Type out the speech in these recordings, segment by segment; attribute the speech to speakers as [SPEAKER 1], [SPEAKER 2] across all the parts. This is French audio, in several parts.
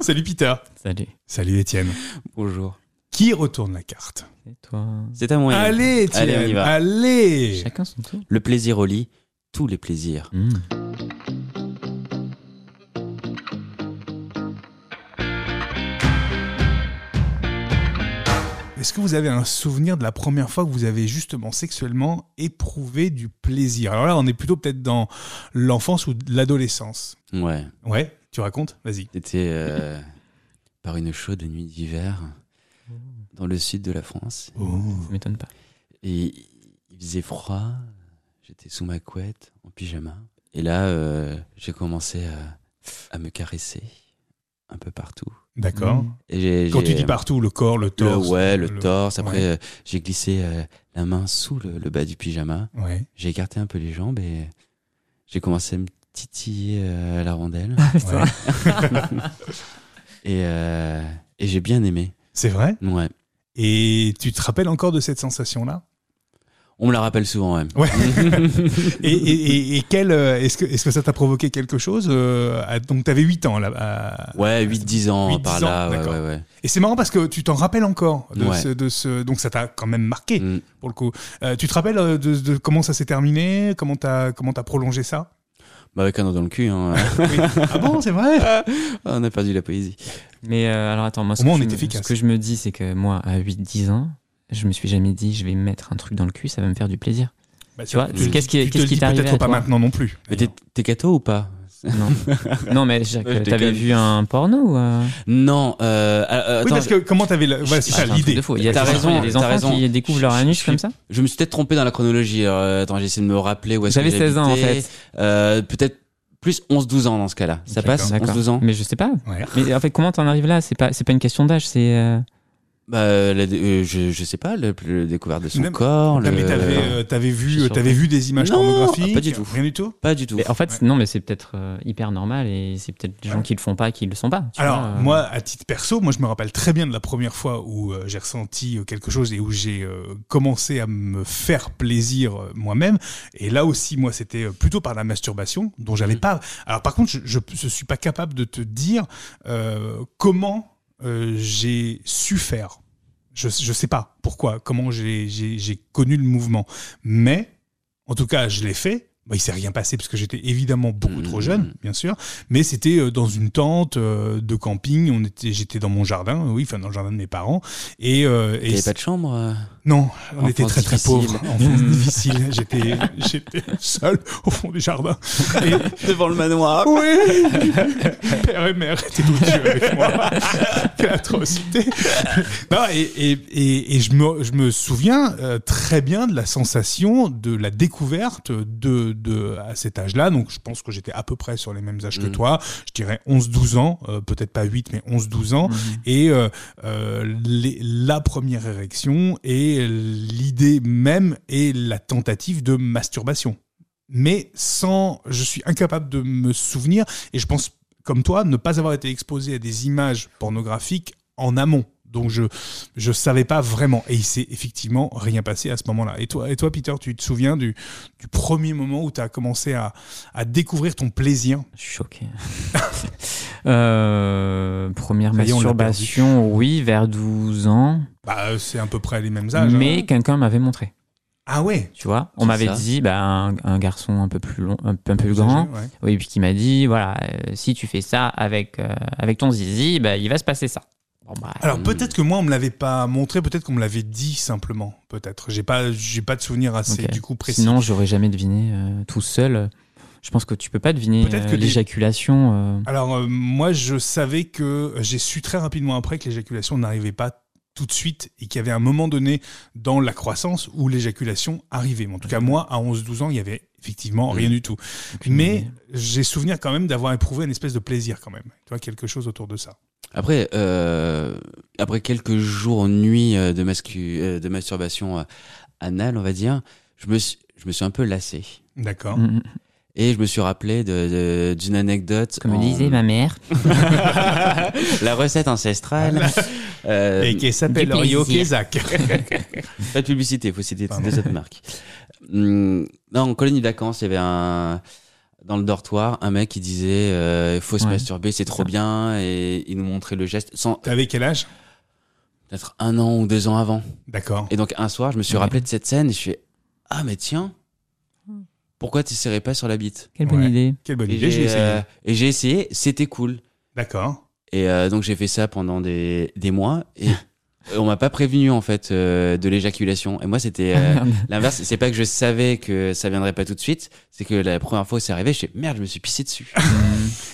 [SPEAKER 1] Salut Peter.
[SPEAKER 2] Salut.
[SPEAKER 1] Salut Étienne.
[SPEAKER 2] Bonjour.
[SPEAKER 1] Qui retourne la carte
[SPEAKER 2] Et toi
[SPEAKER 3] C'est à moi. Yann.
[SPEAKER 1] Allez Étienne,
[SPEAKER 3] Allez, on y va.
[SPEAKER 1] allez.
[SPEAKER 2] Chacun son tour.
[SPEAKER 3] Le plaisir au lit, tous les plaisirs.
[SPEAKER 1] Est-ce que vous avez un souvenir de la première fois que vous avez justement sexuellement éprouvé du plaisir Alors là, on est plutôt peut-être dans l'enfance ou de l'adolescence.
[SPEAKER 3] Ouais.
[SPEAKER 1] Ouais, tu racontes Vas-y.
[SPEAKER 3] C'était euh, par une chaude nuit d'hiver dans le sud de la France.
[SPEAKER 2] Ça m'étonne pas.
[SPEAKER 3] Et il faisait froid. J'étais sous ma couette, en pyjama. Et là, euh, j'ai commencé à, à me caresser un peu partout.
[SPEAKER 1] D'accord.
[SPEAKER 2] Mm.
[SPEAKER 3] Et j'ai-
[SPEAKER 1] Quand tu
[SPEAKER 3] Mmh. j'ai-
[SPEAKER 1] dis partout, le corps, le
[SPEAKER 3] le,
[SPEAKER 1] torse.
[SPEAKER 3] ouais, le, torse. Après,
[SPEAKER 1] ouais.
[SPEAKER 3] euh, j'ai glissé euh, la main sous le, le bas du pyjama.
[SPEAKER 1] Ouais.
[SPEAKER 3] J'ai écarté un peu les jambes et j'ai commencé à me titiller euh, la rondelle.
[SPEAKER 1] ouais.
[SPEAKER 3] et euh, et j'ai bien aimé.
[SPEAKER 1] C'est vrai
[SPEAKER 3] Ouais.
[SPEAKER 1] Et tu te rappelles encore de cette sensation-là
[SPEAKER 3] On me la rappelle souvent, ouais.
[SPEAKER 1] Ouais. et et, et- et quel, euh, est-ce que, est que ça t'a provoqué quelque chose euh, à- Donc, t'avais 8 ans là. à-
[SPEAKER 3] Ouais, 8-10 ans
[SPEAKER 1] 8-10
[SPEAKER 3] par
[SPEAKER 1] ans,
[SPEAKER 3] là. ouais,
[SPEAKER 1] d'accord.
[SPEAKER 3] ouais, ouais.
[SPEAKER 1] Et c'est marrant parce que tu t'en rappelles encore de,
[SPEAKER 3] Ouais.
[SPEAKER 1] ce, de ce. Donc, ça t'a quand même marqué,
[SPEAKER 3] Mm.
[SPEAKER 1] pour le coup. Euh, tu te rappelles euh, de, de comment ça s'est terminé Comment t'as comment t'as prolongé ça
[SPEAKER 3] Bah, avec un doigt dans le cul, hein.
[SPEAKER 1] Ah bon, c'est vrai
[SPEAKER 3] on a perdu la poésie.
[SPEAKER 2] Mais euh, alors attends, moi, ce,
[SPEAKER 1] Au moins,
[SPEAKER 2] que
[SPEAKER 1] on
[SPEAKER 2] je
[SPEAKER 1] est
[SPEAKER 2] me-
[SPEAKER 1] efficace.
[SPEAKER 2] ce que je me dis, c'est que moi, à 8-10 ans, je me suis jamais dit, je vais mettre un truc dans le cul, ça va me faire du plaisir.
[SPEAKER 1] Bah,
[SPEAKER 2] Tu vois,
[SPEAKER 1] te-
[SPEAKER 2] qu'est-ce qui-
[SPEAKER 1] tu te
[SPEAKER 2] qu'est-ce
[SPEAKER 1] le
[SPEAKER 2] qui
[SPEAKER 1] dis
[SPEAKER 2] t'est arrivé
[SPEAKER 1] Peut-être
[SPEAKER 2] à
[SPEAKER 1] pas
[SPEAKER 2] toi
[SPEAKER 1] maintenant Ah non plus.
[SPEAKER 3] Mais t'es- t'es gâteau ou pas
[SPEAKER 2] Non, non mais je-
[SPEAKER 3] Ouais, je
[SPEAKER 2] t'avais
[SPEAKER 3] déconne. Ah,
[SPEAKER 2] vu un porno ou euh,
[SPEAKER 3] Non, euh, euh,
[SPEAKER 1] Oui,
[SPEAKER 3] attends,
[SPEAKER 1] parce que comment t'avais. la- Voilà, c'est
[SPEAKER 2] ah,
[SPEAKER 1] ça
[SPEAKER 2] un truc
[SPEAKER 1] l'idée.
[SPEAKER 2] de fou. Il y a
[SPEAKER 3] T'as
[SPEAKER 2] des enfants- il y a
[SPEAKER 3] raison,
[SPEAKER 2] des
[SPEAKER 3] t'as
[SPEAKER 2] enfants qui
[SPEAKER 3] raison.
[SPEAKER 2] découvrent leur
[SPEAKER 3] Je- je
[SPEAKER 2] anus
[SPEAKER 3] suis-
[SPEAKER 2] comme ça.
[SPEAKER 3] je me suis peut-être trompé dans la chronologie. Euh, attends, j'essaie de me rappeler où est-ce que
[SPEAKER 2] J'avais 16 ans en
[SPEAKER 3] j'habitais.
[SPEAKER 2] fait.
[SPEAKER 3] Euh, peut-être plus 11-12 ans dans ce cas-là. Ça
[SPEAKER 1] Ok,
[SPEAKER 3] passe
[SPEAKER 2] D'accord. Mm.
[SPEAKER 3] 11-12 ans
[SPEAKER 2] Mais je sais pas.
[SPEAKER 1] Ouais.
[SPEAKER 2] Mais en fait, comment t'en arrives là C'est pas, c'est pas une question d'âge, c'est. euh,
[SPEAKER 3] Bah, euh, la- euh, je, je sais pas, le, le découvert de son
[SPEAKER 1] Même-
[SPEAKER 3] corps.
[SPEAKER 1] T'avais
[SPEAKER 3] le-
[SPEAKER 1] t'avais, euh, t'avais
[SPEAKER 2] Je
[SPEAKER 1] vu,
[SPEAKER 2] suis
[SPEAKER 1] euh, t'avais vu
[SPEAKER 2] surpris.
[SPEAKER 1] des images
[SPEAKER 3] Non,
[SPEAKER 1] pornographiques
[SPEAKER 3] pas du tout.
[SPEAKER 1] Rien du tout
[SPEAKER 3] Pas du tout.
[SPEAKER 2] Mais en fait, non, mais c'est peut-être euh, hyper normal et c'est peut-être des gens
[SPEAKER 1] Ouais.
[SPEAKER 2] qui le font pas, qui le sont pas. tu
[SPEAKER 1] Alors,
[SPEAKER 2] vois, euh.
[SPEAKER 1] moi, à titre perso, moi, je me rappelle très bien de la première fois où euh, j'ai ressenti euh, quelque chose et où j'ai euh, commencé à me faire plaisir euh, moi-même. Et là aussi, moi, c'était euh, plutôt par la masturbation, dont j'avais
[SPEAKER 2] Mm.
[SPEAKER 3] Mhm.
[SPEAKER 1] pas. Alors, par contre, je- je ne suis pas capable de te dire euh, comment euh, j'ai su faire. Je ne sais pas pourquoi, comment j'ai- j'ai j'ai connu le mouvement. Mais, en tout cas, je l'ai fait. Bah, il s'est rien passé parce que j'étais évidemment beaucoup
[SPEAKER 3] Mhm.
[SPEAKER 2] Mm.
[SPEAKER 1] trop jeune, bien sûr. Mais c'était euh, dans une tente euh, de camping. On était, j'étais dans mon jardin, oui, enfin dans le jardin de mes parents. Et, euh, et
[SPEAKER 3] T'avais pas de chambre euh
[SPEAKER 1] non, on
[SPEAKER 3] Enfance
[SPEAKER 1] était très très
[SPEAKER 3] difficile. Hmm.
[SPEAKER 1] pauvres, enfance difficile. J'étais, j'étais seul au fond du jardin. Et,
[SPEAKER 3] Devant le manoir.
[SPEAKER 1] oui Père et mère étaient tous deux avec moi. Quelle atrocité Non, et, et, et, et je, me, je me souviens euh, très bien de la sensation de la découverte de, de à cet âge-là. Donc, je pense que j'étais à peu près sur les mêmes âges que
[SPEAKER 3] Mhm.
[SPEAKER 1] toi. Je dirais 11-12 ans, euh, peut-être pas 8, mais 11-12 ans.
[SPEAKER 2] Mhm.
[SPEAKER 1] Et euh, euh, les- la première érection et l'idée même et la tentative de masturbation. Mais sans, je suis incapable de me souvenir et je pense, comme toi, ne pas avoir été exposé à des images pornographiques en amont. Donc je je savais pas vraiment et il s'est effectivement rien passé à ce moment-là. Et toi et toi Peter, tu te souviens du, du premier moment où tu as commencé à, à découvrir ton plaisir
[SPEAKER 2] Je suis choqué. Euh, première
[SPEAKER 1] Ça y est, on l'a
[SPEAKER 2] masturbation, oui, vers 12 ans.
[SPEAKER 1] Bah euh, c'est à peu près les mêmes âges. hein.
[SPEAKER 2] mais quelqu'un m'avait montré.
[SPEAKER 1] ah ouais.
[SPEAKER 2] Tu vois, on
[SPEAKER 3] C'est
[SPEAKER 2] m'avait
[SPEAKER 3] ça.
[SPEAKER 2] dit, bah, un, un garçon un peu plus long, un peu, un peu plus grand,
[SPEAKER 1] Ouais.
[SPEAKER 2] oui, puis qui m'a dit, voilà, euh, si tu fais ça avec, euh, avec ton zizi, bah, il va se passer ça. Bon, bah,
[SPEAKER 1] Alors
[SPEAKER 3] Hmm.
[SPEAKER 1] peut-être que moi on me l'avait pas montré, peut-être qu'on me l'avait dit simplement, peut-être. J'ai pas j'ai pas de souvenir assez
[SPEAKER 2] Ok.
[SPEAKER 1] du coup précis.
[SPEAKER 2] sinon, j'aurais jamais deviné euh, tout seul. Je pense que tu peux pas deviner
[SPEAKER 1] Peut-être que
[SPEAKER 2] euh,
[SPEAKER 1] des-
[SPEAKER 2] l'éjaculation. euh,
[SPEAKER 1] Alors euh, moi je savais que euh, j'ai su très rapidement après que l'éjaculation n'arrivait pas tout de suite et qu'il y avait un moment donné dans la croissance où l'éjaculation arrivait. Mais en tout cas moi à 11-12 ans, il y avait effectivement rien du tout.
[SPEAKER 2] aucune
[SPEAKER 1] Mais
[SPEAKER 2] idée.
[SPEAKER 1] j'ai souvenir quand même d'avoir éprouvé une espèce de plaisir quand même. Tu vois quelque chose autour de ça.
[SPEAKER 3] Après, euh, après quelques jours, nuits euh, de, mascu, euh, de masturbation euh, anale, on va dire, je me suis, je me suis un peu lassé.
[SPEAKER 1] D'accord.
[SPEAKER 2] Mm, mm.
[SPEAKER 3] Et je me suis rappelé de- de- d'une anecdote.
[SPEAKER 2] Comme
[SPEAKER 3] en-
[SPEAKER 2] disait ma mère.
[SPEAKER 3] La recette ancestrale. Euh,
[SPEAKER 1] Et qui s'appelle
[SPEAKER 2] du plaisir.
[SPEAKER 1] Rio Kezak.
[SPEAKER 3] Pas de publicité, il faut citer
[SPEAKER 1] Pardon.
[SPEAKER 3] de cette marque. Hum, Non, en colonie de vacances, il y avait un. dans le dortoir, un mec qui disait euh, faut se
[SPEAKER 2] Ouais.
[SPEAKER 3] masturber, c'est trop
[SPEAKER 2] ça.
[SPEAKER 3] bien, et il nous montrait le geste, sans
[SPEAKER 1] T'avais quel âge
[SPEAKER 3] peut-être un an ou deux ans avant.
[SPEAKER 1] D'accord.
[SPEAKER 3] Et donc un soir, je me suis
[SPEAKER 2] Ouais.
[SPEAKER 3] rappelé de cette scène et je fais ah mais tiens, pourquoi tu serrais pas sur la bite
[SPEAKER 2] Quelle bonne
[SPEAKER 1] Ouais.
[SPEAKER 2] idée.
[SPEAKER 1] Quelle bonne
[SPEAKER 3] Et
[SPEAKER 1] idée, je l'ai
[SPEAKER 3] j'ai
[SPEAKER 1] essayé.
[SPEAKER 3] euh, et j'ai essayé, c'était cool.
[SPEAKER 1] D'accord.
[SPEAKER 3] Et euh, donc j'ai fait ça pendant des, des mois et on m'a pas prévenu en fait euh, de l'éjaculation. Et moi c'était euh, l'inverse, c'est pas que je savais que ça viendrait pas tout de suite, c'est que la première fois où c'est arrivé, je fais merde, je me suis pissé dessus.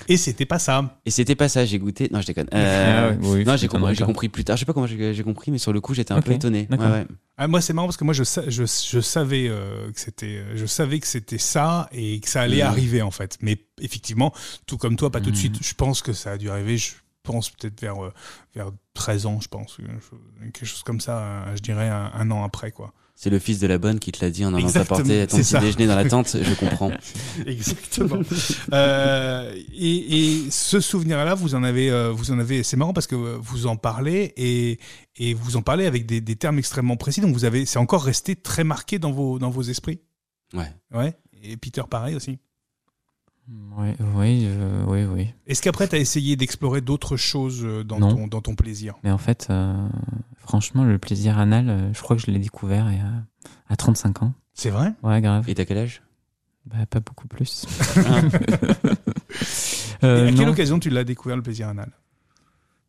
[SPEAKER 1] Et c'était pas ça.
[SPEAKER 3] et c'était pas ça, j'ai goûté. Non, je déconne.
[SPEAKER 2] Ah
[SPEAKER 3] Euh,
[SPEAKER 2] ouais, oui,
[SPEAKER 3] non,
[SPEAKER 2] ça
[SPEAKER 3] j'ai
[SPEAKER 2] m'étonnerait
[SPEAKER 3] compris, j'ai
[SPEAKER 2] pas.
[SPEAKER 3] compris plus tard. Je sais pas comment j'ai j'ai compris, mais sur le coup, j'étais un
[SPEAKER 2] Ok,
[SPEAKER 3] peu étonné. Ouais,
[SPEAKER 2] d'accord.
[SPEAKER 3] ouais.
[SPEAKER 1] Ah, moi, c'est marrant parce que moi, je, sa- je, je savais euh, que c'était, je savais que c'était ça et que ça allait
[SPEAKER 3] Mhm.
[SPEAKER 1] arriver en fait. Mais effectivement, tout comme toi, pas tout de
[SPEAKER 2] Mhm.
[SPEAKER 1] suite. Je pense que ça a dû arriver. Je pense peut-être vers euh, vers 13 ans, je pense, euh, quelque chose comme ça. euh, Je dirais un, un an après, quoi.
[SPEAKER 3] C'est le fils de la bonne qui te l'a dit en allant
[SPEAKER 1] Exactement,
[SPEAKER 3] t'apporter ton
[SPEAKER 1] c'est
[SPEAKER 3] petit
[SPEAKER 1] ça.
[SPEAKER 3] déjeuner dans la tente. Je comprends.
[SPEAKER 1] Exactement. Euh, et, et ce souvenir-là, vous en avez, euh, vous en avez. C'est marrant parce que euh, vous en parlez et, et vous en parlez avec des, des termes extrêmement précis. Donc vous avez, c'est encore resté très marqué dans vos dans vos esprits.
[SPEAKER 3] Ouais.
[SPEAKER 1] Ouais. Et Peter, pareil aussi.
[SPEAKER 2] Oui, oui, euh, oui, oui.
[SPEAKER 1] Est-ce qu'après, tu as essayé d'explorer d'autres choses euh, dans
[SPEAKER 2] Non.
[SPEAKER 1] ton, dans ton plaisir
[SPEAKER 2] Mais en fait, euh, franchement, le plaisir anal, euh, je crois que je l'ai découvert il y a- à 35 ans.
[SPEAKER 1] C'est vrai
[SPEAKER 2] Ouais, grave.
[SPEAKER 3] Et t'as quel âge
[SPEAKER 2] Bah, pas beaucoup plus.
[SPEAKER 3] Ah.
[SPEAKER 1] Et
[SPEAKER 2] Euh,
[SPEAKER 1] À quelle
[SPEAKER 2] non.
[SPEAKER 1] occasion tu l'as découvert le plaisir anal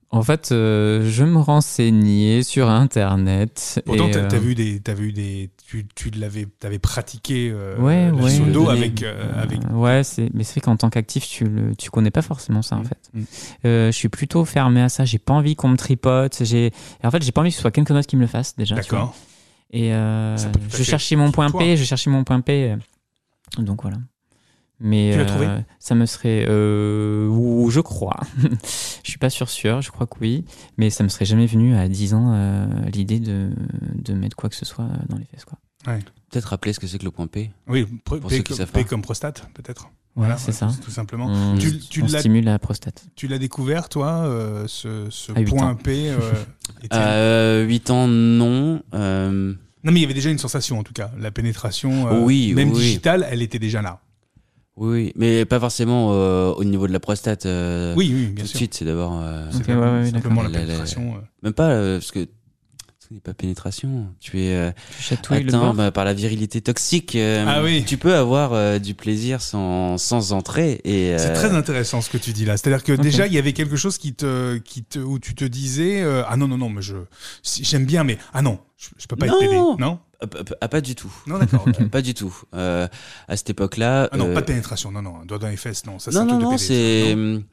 [SPEAKER 2] En fait, euh, je me renseignais sur Internet.
[SPEAKER 1] Pourtant,
[SPEAKER 2] et,
[SPEAKER 1] t'as-
[SPEAKER 2] euh,
[SPEAKER 1] t'as vu des, t'as vu des, tu, tu l'avais, t'avais pratiqué euh,
[SPEAKER 2] Ouais,
[SPEAKER 1] la
[SPEAKER 2] ouais.
[SPEAKER 1] pseudo
[SPEAKER 3] Donné.
[SPEAKER 1] avec, euh, avec.
[SPEAKER 2] Euh, ouais, c'est... mais c'est vrai qu'en tant qu'actif, tu le, tu connais pas forcément ça en
[SPEAKER 1] Mm.
[SPEAKER 2] fait.
[SPEAKER 1] Mm.
[SPEAKER 2] Euh, je suis plutôt fermé à ça. J'ai pas envie qu'on me tripote. J'ai, et en fait, j'ai pas envie que ce soit quelqu'un d'autre qui me le fasse déjà. tu vois.
[SPEAKER 1] D'accord.
[SPEAKER 2] Et euh,
[SPEAKER 1] Ça peut tout à
[SPEAKER 2] je
[SPEAKER 1] fait
[SPEAKER 2] cherchais mon point
[SPEAKER 1] toi. hein.
[SPEAKER 2] P. Je cherchais mon point P. euh, Donc voilà. Mais
[SPEAKER 1] Tu l'as
[SPEAKER 2] euh,
[SPEAKER 1] trouvé
[SPEAKER 2] ça me serait, euh, ou je crois, je suis pas sûr sûr, je crois que oui, mais ça me serait jamais venu à 10 ans euh, l'idée de, de mettre quoi que ce soit dans les fesses quoi.
[SPEAKER 3] Peut-être rappeler ce que c'est que le point P.
[SPEAKER 1] Oui, pr-
[SPEAKER 3] Pour
[SPEAKER 1] P
[SPEAKER 3] ceux qui
[SPEAKER 1] comme-
[SPEAKER 3] savent
[SPEAKER 1] P
[SPEAKER 3] pas.
[SPEAKER 1] comme prostate, peut-être.
[SPEAKER 2] Ouais, c'est ça. Mm.
[SPEAKER 1] Tout simplement.
[SPEAKER 2] On,
[SPEAKER 1] Tu- tu
[SPEAKER 2] on
[SPEAKER 1] l'as-
[SPEAKER 2] stimule la prostate.
[SPEAKER 1] Tu l'as découvert, toi, euh, ce, ce
[SPEAKER 2] À huit
[SPEAKER 1] point
[SPEAKER 2] ans.
[SPEAKER 1] P euh, Étienne
[SPEAKER 3] Euh, 8 ans, non. Euh,
[SPEAKER 1] Non, mais il y avait déjà une sensation, en tout cas. La pénétration, euh,
[SPEAKER 3] Oui,
[SPEAKER 1] même
[SPEAKER 3] oui.
[SPEAKER 1] digitale, elle était déjà là.
[SPEAKER 3] oui, oui, mais pas forcément euh, au niveau de la prostate. euh,
[SPEAKER 1] Oui, oui,
[SPEAKER 3] tout
[SPEAKER 1] bien
[SPEAKER 3] de
[SPEAKER 1] sûr.
[SPEAKER 3] suite, c'est d'abord. euh,
[SPEAKER 1] C'est
[SPEAKER 2] Ok, ouais, ouais,
[SPEAKER 1] simplement la
[SPEAKER 3] d'accord. La- la-
[SPEAKER 1] pénétration. euh.
[SPEAKER 3] même pas euh, parce que ce n'est pas pénétration. Tu es euh,
[SPEAKER 2] Tu chatouilles le
[SPEAKER 3] atteint
[SPEAKER 2] bord.
[SPEAKER 3] bah, par la virilité toxique. euh,
[SPEAKER 1] Ah oui.
[SPEAKER 3] Tu peux avoir euh, du plaisir sans sans entrer et.
[SPEAKER 1] C'est
[SPEAKER 3] euh,
[SPEAKER 1] très intéressant ce que tu dis là. C'est-à-dire que
[SPEAKER 2] Ok.
[SPEAKER 1] déjà, il y avait quelque chose qui te, qui te, où tu te disais euh, Ah non, non, non, mais je, si- j'aime bien, mais ah non, je, je peux pas
[SPEAKER 3] Non.
[SPEAKER 1] être pédé. Non
[SPEAKER 3] ah, p- p- ah, pas du tout.
[SPEAKER 1] Non, d'accord. ok.
[SPEAKER 3] Pas du tout. Euh, à cette époque-là.
[SPEAKER 1] Hmm. Ah non,
[SPEAKER 3] euh,
[SPEAKER 1] pas de pénétration. Non, non, un doigt dans les fesses, non. Ça, c'est
[SPEAKER 3] non,
[SPEAKER 1] un
[SPEAKER 3] non,
[SPEAKER 1] truc de
[SPEAKER 3] non,
[SPEAKER 1] pédé, ça.
[SPEAKER 3] c'est. hum,
[SPEAKER 1] Non.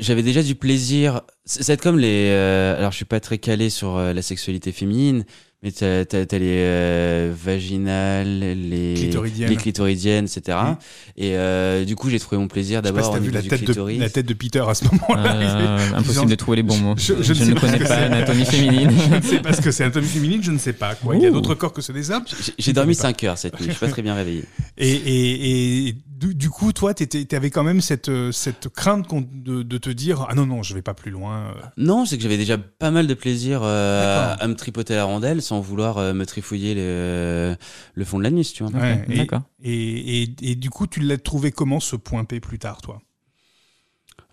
[SPEAKER 3] J'avais déjà du plaisir. C'est c'est comme les. euh, alors, je suis pas très calé sur euh, la sexualité féminine, mais t'as t'as- t'as les euh, vaginales, les
[SPEAKER 1] Clitoridiennes.
[SPEAKER 3] les clitoridiennes, etc.
[SPEAKER 1] Mhm.
[SPEAKER 3] Et euh, du coup, j'ai trouvé mon plaisir
[SPEAKER 1] Je sais pas si
[SPEAKER 3] d'abord
[SPEAKER 1] t'as
[SPEAKER 3] au
[SPEAKER 1] vu
[SPEAKER 3] niveau
[SPEAKER 1] la
[SPEAKER 3] du
[SPEAKER 1] tête, de,
[SPEAKER 3] clitoris.
[SPEAKER 1] la tête de Peter à ce moment-là. Il est-
[SPEAKER 2] Euh,
[SPEAKER 1] ont-
[SPEAKER 2] impossible de trouver les bons mots.
[SPEAKER 1] Je-
[SPEAKER 2] Je,
[SPEAKER 1] je ne sais
[SPEAKER 2] ne
[SPEAKER 1] pas ce
[SPEAKER 2] connais
[SPEAKER 1] que
[SPEAKER 2] pas
[SPEAKER 1] c'est.
[SPEAKER 2] l'anatomie féminine.
[SPEAKER 1] je ne sais pas ce que c'est anatomie féminine, je ne sais pas. Quoi. Il y a d'autres corps que ceux des hommes.
[SPEAKER 3] J'ai- J'ai dormi 5 heures cette nuit, je suis pas très bien réveillé.
[SPEAKER 1] Et, et, et du, du coup, toi, tu avais quand même cette, euh, cette crainte qu'on- de, de te dire Ah non, non, je vais pas plus loin. euh,
[SPEAKER 3] Non, c'est que j'avais déjà pas mal de plaisir euh,
[SPEAKER 1] D'accord.
[SPEAKER 3] à me tripoter la rondelle sans vouloir euh, me trifouiller le, le fond de l'anus, tu vois.
[SPEAKER 1] Ouais, et-
[SPEAKER 2] D'accord.
[SPEAKER 1] Et, et, et du coup, tu l'as trouvé comment ce point P plus tard, toi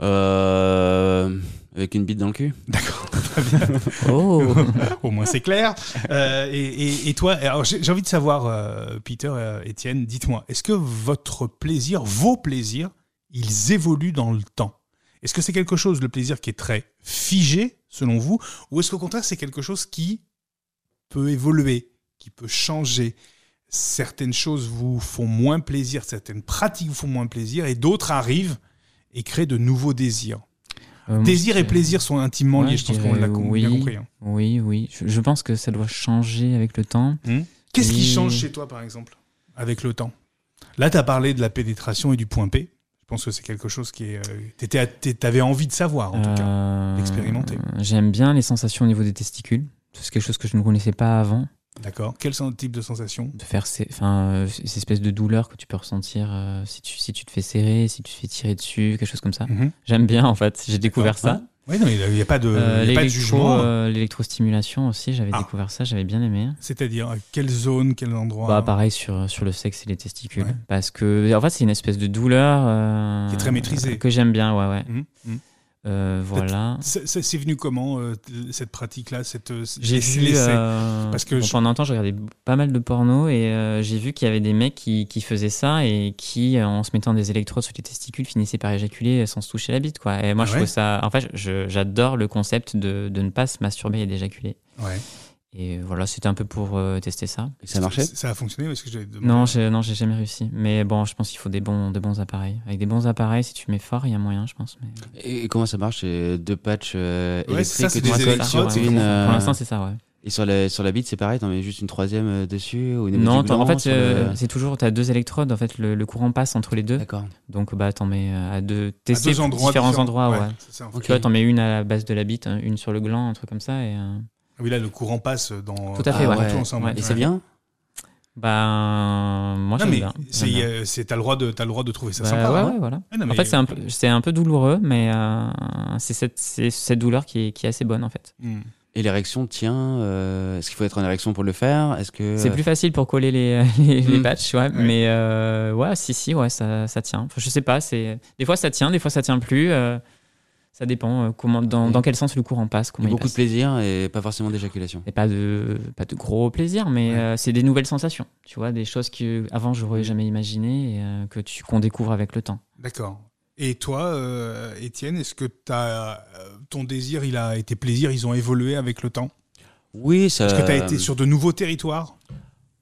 [SPEAKER 3] Euh, avec une bite dans le cul.
[SPEAKER 1] D'accord, très bien.
[SPEAKER 2] Oh.
[SPEAKER 1] Au moins, c'est clair. Euh, et, et, et toi, alors j'ai j'ai envie de savoir, euh, Peter, euh, Étienne, dites-moi, est-ce que votre plaisir, vos plaisirs, ils évoluent dans le temps Est-ce que c'est quelque chose, le plaisir, qui est très figé, selon vous Ou est-ce qu'au contraire, c'est quelque chose qui peut évoluer, qui peut changer Certaines choses vous font moins plaisir, certaines pratiques vous font moins plaisir, et d'autres arrivent et créent de nouveaux désirs.
[SPEAKER 2] Euh,
[SPEAKER 1] Désir et
[SPEAKER 2] moi, je-
[SPEAKER 1] plaisir sont intimement
[SPEAKER 2] Ouais,
[SPEAKER 1] liés,
[SPEAKER 2] je
[SPEAKER 1] je pense
[SPEAKER 2] dirais
[SPEAKER 1] qu'on l'a com-
[SPEAKER 2] oui.
[SPEAKER 1] bien compris. hein.
[SPEAKER 2] Oui, oui. Je, je pense que ça doit changer avec le temps.
[SPEAKER 1] Qu'est-ce qui
[SPEAKER 2] Oui.
[SPEAKER 1] change chez toi, par exemple, avec le temps Là, tu as parlé de la pénétration et du point P. Je pense que c'est quelque chose qui est. euh, Tu avais envie de savoir, en tout cas.
[SPEAKER 2] Euh,
[SPEAKER 1] d'expérimenter.
[SPEAKER 2] J'aime bien les sensations au niveau des testicules. C'est quelque chose que je ne connaissais pas avant.
[SPEAKER 1] D'accord Quel sen- type de sensation
[SPEAKER 2] De faire ces, enfin, euh, ces espèces de douleurs que tu peux ressentir euh, si, tu, si tu te fais serrer, si tu te fais tirer dessus, quelque chose comme ça.
[SPEAKER 1] Mhm.
[SPEAKER 2] J'aime bien en fait. J'ai découvert ça.
[SPEAKER 1] Oui, non, mais il n'y a pas de,
[SPEAKER 2] Euh,
[SPEAKER 1] il y a pas de
[SPEAKER 2] l'électro-
[SPEAKER 1] jugement. hein.
[SPEAKER 2] euh, L'électrostimulation aussi, j'avais
[SPEAKER 1] Ah.
[SPEAKER 2] découvert ça, j'avais bien aimé.
[SPEAKER 1] C'est-à-dire, euh, quelle zone, quel endroit
[SPEAKER 2] Bah, pareil sur, sur le sexe et les testicules.
[SPEAKER 1] Ouais.
[SPEAKER 2] Parce que, en fait, c'est une espèce de douleur. euh,
[SPEAKER 1] Qui est très maîtrisée.
[SPEAKER 2] Que j'aime bien, ouais, ouais.
[SPEAKER 1] Mhm, mhm.
[SPEAKER 2] Euh, voilà.
[SPEAKER 1] C'est- C'est c'est venu comment, euh, t- cette pratique-là cette, euh,
[SPEAKER 2] J'ai
[SPEAKER 1] les-
[SPEAKER 2] vu.
[SPEAKER 1] les-
[SPEAKER 2] euh,
[SPEAKER 1] parce que
[SPEAKER 2] bon,
[SPEAKER 1] je-
[SPEAKER 2] Pendant un temps, je regardais pas mal de porno et euh, j'ai vu qu'il y avait des mecs qui, qui faisaient ça et qui, euh, en se mettant des électrodes sur les testicules, finissaient par éjaculer sans se toucher la bite, quoi. Et moi,
[SPEAKER 1] Ah
[SPEAKER 2] je
[SPEAKER 1] ouais
[SPEAKER 2] trouve ça. En fait, je- j'adore le concept de, de ne pas se masturber et d'éjaculer.
[SPEAKER 1] Ouais.
[SPEAKER 2] Et voilà, c'était un peu pour euh, tester ça.
[SPEAKER 3] Et Ça marchait
[SPEAKER 1] Ça a fonctionné parce que j'avais demandé.
[SPEAKER 2] Non, j'ai non, j'ai jamais réussi. Mais bon, je pense qu'il faut des bons, de bons appareils. Avec des bons appareils, si tu mets fort, il y a moyen, je pense. Mais...
[SPEAKER 3] Et et comment ça marche C'est deux patchs euh,
[SPEAKER 1] Ouais, c'est ça,
[SPEAKER 3] électriques
[SPEAKER 1] c'est
[SPEAKER 3] que tu
[SPEAKER 1] des
[SPEAKER 3] colles
[SPEAKER 1] électrodes,
[SPEAKER 3] sur
[SPEAKER 1] c'est
[SPEAKER 3] une,
[SPEAKER 1] comment ça
[SPEAKER 3] euh,
[SPEAKER 2] Pour l'instant, c'est ça, ouais.
[SPEAKER 3] Et sur la, sur la bite, c'est pareil, t'en mets juste une troisième euh, dessus ou une
[SPEAKER 2] Non,
[SPEAKER 3] émotique
[SPEAKER 2] t'en- en
[SPEAKER 3] blanche,
[SPEAKER 2] fait,
[SPEAKER 3] sur le-
[SPEAKER 2] euh, c'est euh, toujours, t'as deux électrodes, en fait, le, le courant passe entre les deux.
[SPEAKER 3] D'accord.
[SPEAKER 2] Donc, bah, t'en mets euh, à deux,
[SPEAKER 1] À
[SPEAKER 2] tester
[SPEAKER 1] deux endroits
[SPEAKER 2] différents endroits, ouais.
[SPEAKER 1] c'est ça, en fait.
[SPEAKER 3] Ok.
[SPEAKER 2] Tu vois, t'en mets une à la base de la bite, hein, une sur le gland, un truc comme ça. Et, euh,
[SPEAKER 1] Ah Oui, là, le courant passe dans
[SPEAKER 2] Tout à fait,
[SPEAKER 1] dans
[SPEAKER 2] ouais.
[SPEAKER 1] tout ensemble.
[SPEAKER 2] Ouais.
[SPEAKER 3] Et
[SPEAKER 1] Ouais.
[SPEAKER 3] c'est bien
[SPEAKER 2] bah, moi,
[SPEAKER 1] Non,
[SPEAKER 2] j'aime
[SPEAKER 1] mais
[SPEAKER 2] bien.
[SPEAKER 1] c'est,
[SPEAKER 2] J'aime bien.
[SPEAKER 1] euh, c'est- t'as le droit de, t'as le droit de trouver ça
[SPEAKER 2] Bah,
[SPEAKER 1] sympa.
[SPEAKER 2] ouais,
[SPEAKER 1] hein.
[SPEAKER 2] ouais, voilà.
[SPEAKER 1] Ah, non,
[SPEAKER 2] En
[SPEAKER 1] mais-
[SPEAKER 2] fait, c'est un, peu- c'est un peu douloureux, mais euh, c'est cette, c'est cette douleur qui est, qui est assez bonne, en fait.
[SPEAKER 1] Hmm.
[SPEAKER 3] Et l'érection tient euh, Est-ce qu'il faut être en érection pour le faire Est-ce que
[SPEAKER 2] C'est plus facile pour coller les, les, les
[SPEAKER 1] Mm.
[SPEAKER 2] patchs, ouais. Mais euh, ouais, si, si, ouais, ça, ça tient. Enfin, je sais pas, c'est des fois ça tient, des fois ça tient plus. euh, ça dépend euh, comment, dans,
[SPEAKER 3] Mm.
[SPEAKER 2] dans quel sens le courant passe, comment il
[SPEAKER 3] beaucoup de
[SPEAKER 2] passe.
[SPEAKER 3] plaisir et pas forcément d'éjaculation.
[SPEAKER 2] Et pas de pas de gros plaisir, mais
[SPEAKER 1] Ouais.
[SPEAKER 2] euh, c'est des nouvelles sensations. Tu vois, des choses que avant j'aurais jamais imaginé et euh, que tu qu'on découvre avec le temps.
[SPEAKER 1] D'accord. Et toi, euh, Étienne, est-ce que t'as, euh, ton désir, il a été plaisir, ils ont évolué avec le temps
[SPEAKER 3] Oui, ça.
[SPEAKER 1] Est-ce que tu as
[SPEAKER 2] Euh,
[SPEAKER 1] été sur de nouveaux territoires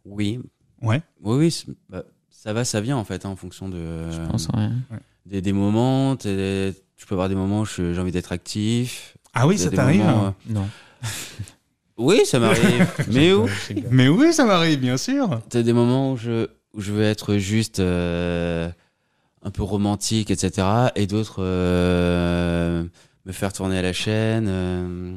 [SPEAKER 3] Oui.
[SPEAKER 1] Ouais.
[SPEAKER 3] Oui, oui. c'est- bah, ça va, ça vient en fait, hein, en fonction de
[SPEAKER 1] Euh,
[SPEAKER 2] je pense. hein. ouais.
[SPEAKER 3] des, des moments. t'es- Tu peux avoir des moments où je- j'ai envie d'être actif.
[SPEAKER 1] Ah oui,
[SPEAKER 3] T'as
[SPEAKER 1] ça
[SPEAKER 3] des
[SPEAKER 1] t'arrive
[SPEAKER 3] moments, euh,
[SPEAKER 2] Non.
[SPEAKER 3] Oui, ça m'arrive. mais où
[SPEAKER 1] Mais oui, ça m'arrive, bien sûr.
[SPEAKER 3] T'as des moments où je, où je veux être juste euh, un peu romantique, etc. Et d'autres euh, me faire tourner à la chaîne. euh.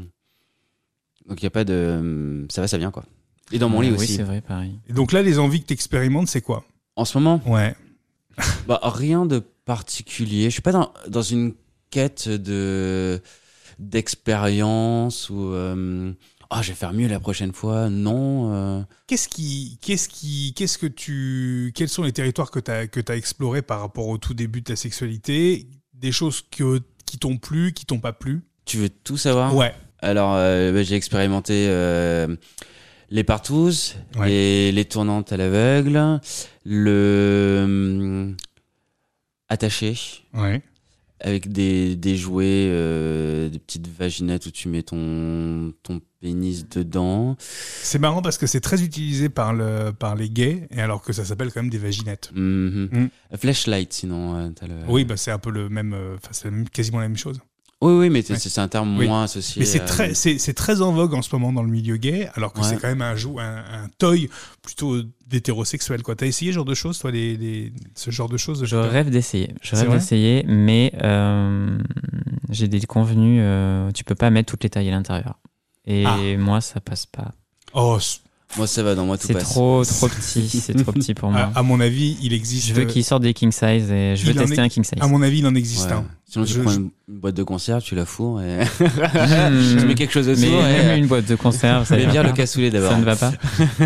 [SPEAKER 3] Donc il n'y a pas de. Ça va, ça vient quoi. Et dans mon lit
[SPEAKER 2] oui,
[SPEAKER 3] aussi.
[SPEAKER 2] c'est vrai, pareil.
[SPEAKER 1] Et donc là, les envies que tu expérimentes, c'est quoi
[SPEAKER 3] En ce moment,
[SPEAKER 1] Ouais.
[SPEAKER 3] bah, rien de particulier. Je suis pas dans, dans une quête de d'expérience ou. euh, Ah, je vais faire mieux la prochaine fois. Non. euh.
[SPEAKER 1] Qu'est-ce qui, qu'est-ce qui, qu'est-ce que tu, quels sont les territoires que tu as que t'as explorés par rapport au tout début de ta sexualité Des choses que, qui t'ont plu, qui t'ont pas plu
[SPEAKER 3] Tu veux tout savoir
[SPEAKER 1] Ouais.
[SPEAKER 3] Alors, euh, bah, j'ai expérimenté euh, les partous,
[SPEAKER 1] Ouais.
[SPEAKER 3] les, les tournantes à l'aveugle, le hum, attaché
[SPEAKER 1] Ouais.
[SPEAKER 3] avec des, des jouets, euh, des petites vaginettes où tu mets ton, ton pénis dedans.
[SPEAKER 1] C'est marrant parce que c'est très utilisé par le, par les gays, et alors que ça s'appelle quand même des vaginettes.
[SPEAKER 3] Mhm.
[SPEAKER 1] Mm.
[SPEAKER 3] Euh, Flashlight, sinon. euh, t'as le...
[SPEAKER 1] Oui, bah c'est un peu le même, euh, enfin c'est la même- quasiment la même chose.
[SPEAKER 3] oui, oui, mais t'es-
[SPEAKER 1] Ouais.
[SPEAKER 3] c'est un terme
[SPEAKER 1] Oui.
[SPEAKER 3] moins associé. euh,
[SPEAKER 1] Mais c'est
[SPEAKER 3] à-
[SPEAKER 1] très, c'est, c'est très en vogue en ce moment dans le milieu gay, alors que
[SPEAKER 3] Ouais.
[SPEAKER 1] c'est quand même un, jou, un, un toy plutôt d'hétérosexuel. Quoi. T'as essayé ce genre de choses, toi, les, les- ce genre de choses
[SPEAKER 2] Je rêve d'essayer. Je
[SPEAKER 1] C'est
[SPEAKER 2] rêve
[SPEAKER 1] vrai
[SPEAKER 2] d'essayer, mais euh, j'ai des convenus. euh, tu peux pas mettre toutes les tailles à l'intérieur. Et
[SPEAKER 1] Ah.
[SPEAKER 2] moi, ça passe pas.
[SPEAKER 1] Oh, c-
[SPEAKER 3] Moi, ça va, dans moi, tout
[SPEAKER 2] C'est
[SPEAKER 3] passe.
[SPEAKER 2] trop, trop petit. C'est trop petit pour moi.
[SPEAKER 1] à, à mon avis, il existe.
[SPEAKER 2] je veux qu'ils sortent des king size et je veux
[SPEAKER 1] Ah, Euh, il en
[SPEAKER 2] tester
[SPEAKER 1] est-
[SPEAKER 2] un king size.
[SPEAKER 1] À mon avis, il en
[SPEAKER 3] Ouais.
[SPEAKER 1] existe un.
[SPEAKER 3] Sinon, tu
[SPEAKER 1] Je-
[SPEAKER 3] prends
[SPEAKER 1] je- Hmm.
[SPEAKER 3] Une, une boîte de conserve, tu la fourres et
[SPEAKER 2] Mmh.
[SPEAKER 3] tu mets quelque chose
[SPEAKER 2] mais
[SPEAKER 3] autour.
[SPEAKER 2] même
[SPEAKER 3] et...
[SPEAKER 2] une boîte de conserve, ça,
[SPEAKER 3] Mais
[SPEAKER 2] va
[SPEAKER 3] bien
[SPEAKER 2] pas.
[SPEAKER 3] le cassoulet d'abord.
[SPEAKER 2] ça ne va pas.